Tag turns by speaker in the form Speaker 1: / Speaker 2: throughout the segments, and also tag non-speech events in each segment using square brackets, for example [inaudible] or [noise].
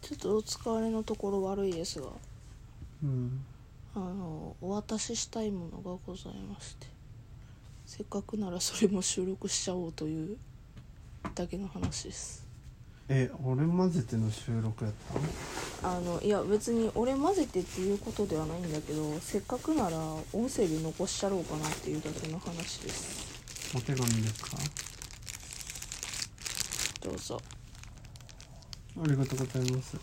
Speaker 1: ちょっとお疲れのところ悪いですが
Speaker 2: うん
Speaker 1: あのお渡ししたいものがございましてせっかくならそれも収録しちゃおうというだけの話です
Speaker 2: え俺混ぜての収録やった
Speaker 1: あのいや別に俺混ぜてっていうことではないんだけどせっかくなら音声で残しちゃろうかなっていうだけの話です
Speaker 2: お手紙ですか
Speaker 1: どうぞ
Speaker 2: ありがとうございます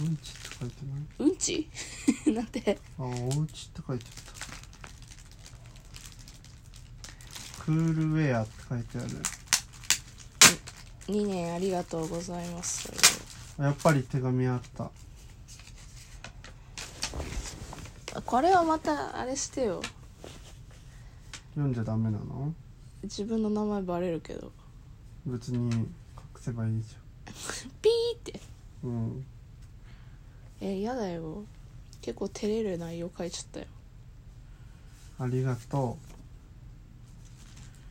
Speaker 2: うんちって書いてな
Speaker 1: う
Speaker 2: い
Speaker 1: んちなんて
Speaker 2: あおうちって書いてあったクールウェアって書いてある
Speaker 1: 2年ありがとうございます
Speaker 2: あやっぱり手紙あった
Speaker 1: あこれはまたあれしてよ
Speaker 2: 読んじゃダメなの
Speaker 1: 自分の名前バレるけど
Speaker 2: 別に隠せばいいじ
Speaker 1: ピーって
Speaker 2: ゃんうん
Speaker 1: えー、やだよ結構照れる内容書いちゃったよ
Speaker 2: ありがと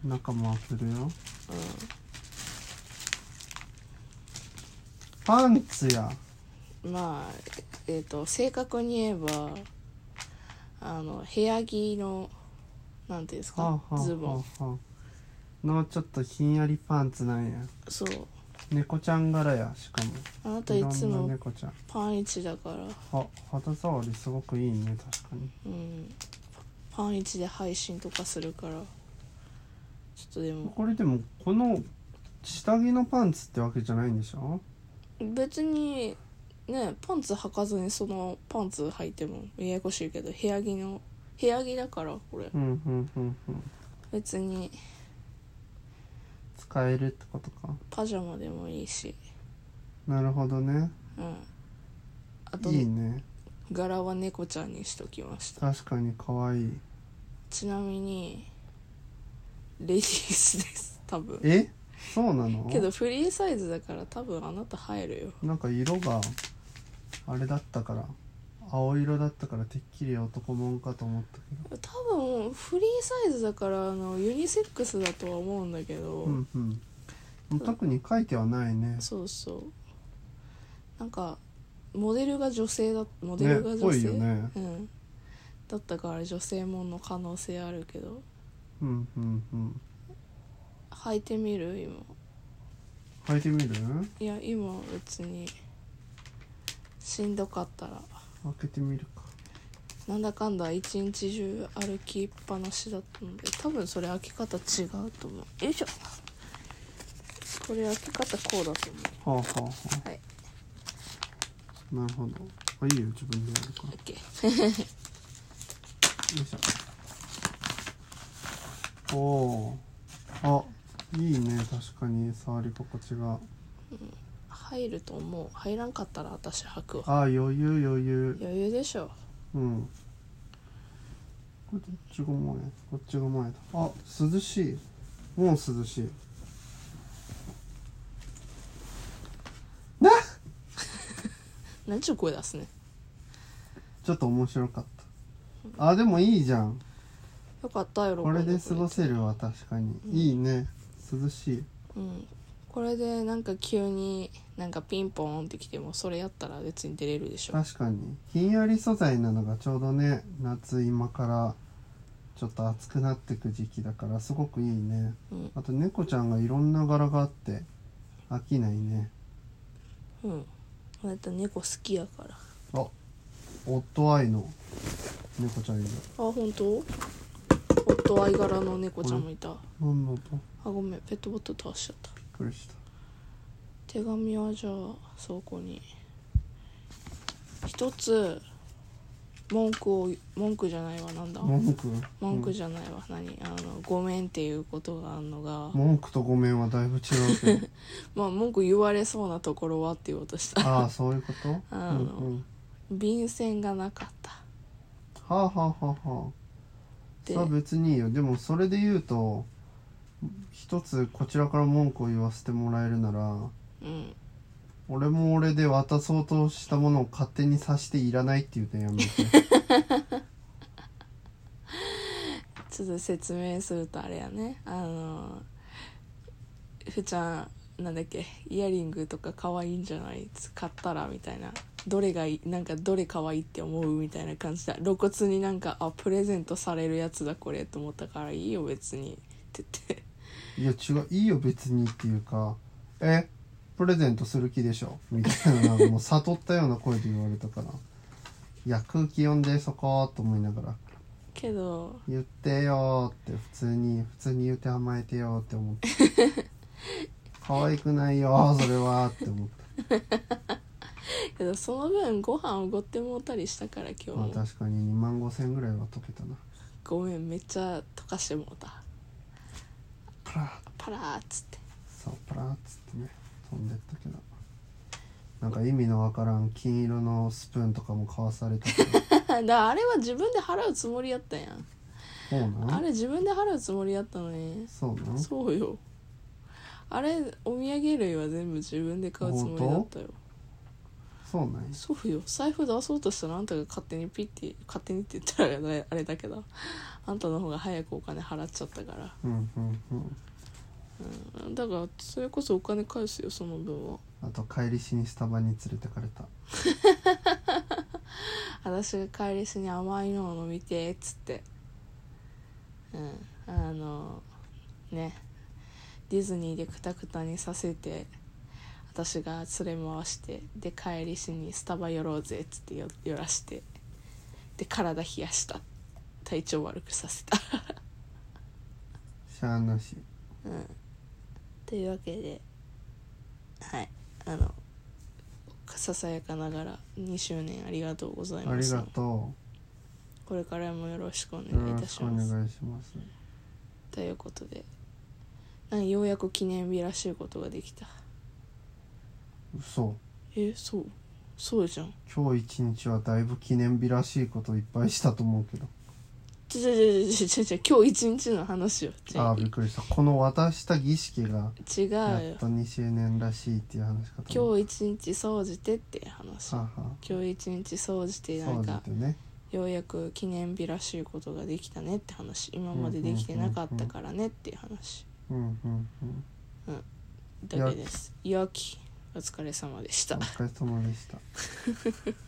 Speaker 2: う中も開けるよパンツや
Speaker 1: まあえっ、と正確に言えばあの部屋着のなんていうんですか、
Speaker 2: はあはあ
Speaker 1: ズボン、
Speaker 2: はあはあのちょっとひんやりパンツなんや
Speaker 1: そう
Speaker 2: 猫ちゃん柄やしかも
Speaker 1: あなたいつ
Speaker 2: ろん
Speaker 1: も
Speaker 2: な猫ちゃん
Speaker 1: パンイチだから
Speaker 2: は肌触りすごくいいね確かに
Speaker 1: うんパンイチで配信とかするからちょっとでも
Speaker 2: これでもこの下着のパンツってわけじゃないんでしょ
Speaker 1: 別にねパンツ履かずにそのパンツ履いてもややこしいけど部屋着の部屋着だからこれ
Speaker 2: うんうんうんうん
Speaker 1: 別に
Speaker 2: 使えるってことか
Speaker 1: パジャマでもいいし
Speaker 2: なるほどね
Speaker 1: うんあと
Speaker 2: いいね
Speaker 1: 柄は猫ちゃんにしときました
Speaker 2: 確かに可愛い
Speaker 1: ちなみにレディースです多分
Speaker 2: えそうなの
Speaker 1: けどフリーサイズだから多分あなた入るよ
Speaker 2: なんか色があれだったから青色だったからてっきり男もんかと思ったけど
Speaker 1: 多分フリーサイズだからあのユニセックスだとは思うんだけど、
Speaker 2: うんうんもう特に書いてはないね
Speaker 1: そうそうなんかモデルが女性だモデルが女
Speaker 2: ねっぽ
Speaker 1: 性、
Speaker 2: いよね
Speaker 1: うん、だったから女性もんの可能性あるけど
Speaker 2: うんうんうん
Speaker 1: 履いてみる今
Speaker 2: 履いてみる
Speaker 1: いや今別にしんどかったら
Speaker 2: 開けてみるか
Speaker 1: なんだかんだ一日中歩きっぱなしだったので多分それ開き方違うと思うよいしょこれ開き方こうだと思
Speaker 2: はあはあは
Speaker 1: うはい
Speaker 2: あなるほどあいいよ自分でやるからよ
Speaker 1: OK
Speaker 2: いしょおおあいいね確かに触り心地が
Speaker 1: 入ると思う入らんかったら私履くわ
Speaker 2: あ余裕余裕
Speaker 1: 余裕でしょ
Speaker 2: うんこれどっちが前こっちが前だあ涼しいもう涼しいなっ
Speaker 1: 何ちゅう声出すね
Speaker 2: ちょっと面白かったあでもいいじゃん
Speaker 1: よかった喜んで
Speaker 2: これで過ご
Speaker 1: く
Speaker 2: せるわ確かにいいね涼し
Speaker 1: れ
Speaker 2: い
Speaker 1: てうんこれでなんか急になんかピンポーンってきてもそれやったら別に出れるでしょ
Speaker 2: 確かにひんやり素材なのがちょうどね夏今からちょっと暑くなってく時期だからすごくいいね、
Speaker 1: うん
Speaker 2: あと猫ちゃんがいろんな柄があって飽きないね
Speaker 1: うんあなた猫好きやから
Speaker 2: あオットアイの猫ちゃんいる
Speaker 1: あ本当夫愛柄の猫ちゃんもいた、
Speaker 2: 何の音びっ
Speaker 1: あごめんペットボトル倒しちゃった
Speaker 2: くりした
Speaker 1: 手紙はじゃあ倉庫に一つ文句を文句じゃないわなんだ
Speaker 2: 文句
Speaker 1: 文句じゃないわ、何あのごめんっていうことがあんのが
Speaker 2: 文句とごめんはだいぶ違う
Speaker 1: [laughs]
Speaker 2: けど
Speaker 1: まあ文句言われそうなところはって言おうとした
Speaker 2: ああそういうこと
Speaker 1: あの
Speaker 2: うんうん、
Speaker 1: 便箋がなかった
Speaker 2: はあはあはあはあ
Speaker 1: で
Speaker 2: さあ別にいいよでもそれで言うと一つこちらから文句を言わせてもらえるなら
Speaker 1: うん
Speaker 2: 俺も俺で渡そうとしたものを勝手に刺していらないっていう点
Speaker 1: [laughs]
Speaker 2: やめて
Speaker 1: ちょっと説明するとあれやねあのふーちゃんなんだっけイヤリングとか可愛いんじゃない買ったらみたいなどれがいいなんかどれ可愛いって思うみたいな感じだ露骨になんかあプレゼントされるやつだこれと思ったからいいよ別にって言って
Speaker 2: いや違ういいよ別にっていうかえプレゼントする気でしょみたいなもう悟ったような声で言われたからいや空気読んでそこと思いながら
Speaker 1: けど
Speaker 2: 言ってよーって普通に普通に言って甘えてよーって思って
Speaker 1: [laughs]
Speaker 2: 可愛くないよーそれはーって思った
Speaker 1: けどその分ご飯おごってもうたりしたから今
Speaker 2: まあ
Speaker 1: 日も
Speaker 2: 確かに2万5千ぐらいは溶けたな
Speaker 1: ごめんめっちゃ溶かしてもうた
Speaker 2: パラーッ
Speaker 1: パラーっつって [laughs]
Speaker 2: そうパラーッつってね飛んでったけどなんか意味のわからん金色のスプーンとかも買わされたけど
Speaker 1: だからあれは自分で払うつもりやったやん
Speaker 2: そうな
Speaker 1: あ
Speaker 2: ん
Speaker 1: れ自分で払うつもりやったのに
Speaker 2: そうなん
Speaker 1: そうよあれお土産類は全部自分で買うつもりだったよ
Speaker 2: そうなんや
Speaker 1: そうよ財布出そうとしたらあんたが勝手にピッて勝手にって言ったらあれあれだけどあんたの方が早くお金払っちゃったから、
Speaker 2: うんうんうん
Speaker 1: うん、だからそれこそお金返すよその分は
Speaker 2: あと帰りしにスタバに連れてかれた
Speaker 1: 私が帰りしに甘いのを飲みてっつってうんあのねディズニーでクタクタにさせて私が連れ回してで帰りしにスタバ寄ろうぜっつってよ寄らしてで体冷やした体調悪くさせた
Speaker 2: しゃあなし
Speaker 1: うんというわけではいあのささやかながら2周年ありがとうござい
Speaker 2: あ
Speaker 1: ま
Speaker 2: り
Speaker 1: す
Speaker 2: がと
Speaker 1: これからもよろしくお
Speaker 2: うよ
Speaker 1: 願いい
Speaker 2: ろ
Speaker 1: た
Speaker 2: し
Speaker 1: し
Speaker 2: くお
Speaker 1: ま
Speaker 2: 願
Speaker 1: す
Speaker 2: いします
Speaker 1: ということでなんかようやく記念日らしいことができた
Speaker 2: 嘘
Speaker 1: えそうそうじゃん
Speaker 2: 今日一日はだいぶ記念日らしいこといっぱいしたと思うけど
Speaker 1: ちょちょちょちょちょちょ今日一日の話よち
Speaker 2: あ
Speaker 1: ょ
Speaker 2: あびっくりしたこの渡した儀式が
Speaker 1: 違
Speaker 2: や
Speaker 1: う
Speaker 2: っと2周年らしいっていう話かと思う
Speaker 1: よ今日一日掃除てって話
Speaker 2: はあは
Speaker 1: 今日一日掃除て
Speaker 2: あ
Speaker 1: なん
Speaker 2: そう
Speaker 1: か
Speaker 2: ですね
Speaker 1: ようやく記念日らしいことができたねって話今までできてなかったからねっていう話
Speaker 2: うんうんうん
Speaker 1: だけですよきお疲れ様でし
Speaker 2: お
Speaker 1: た
Speaker 2: 疲れ様でした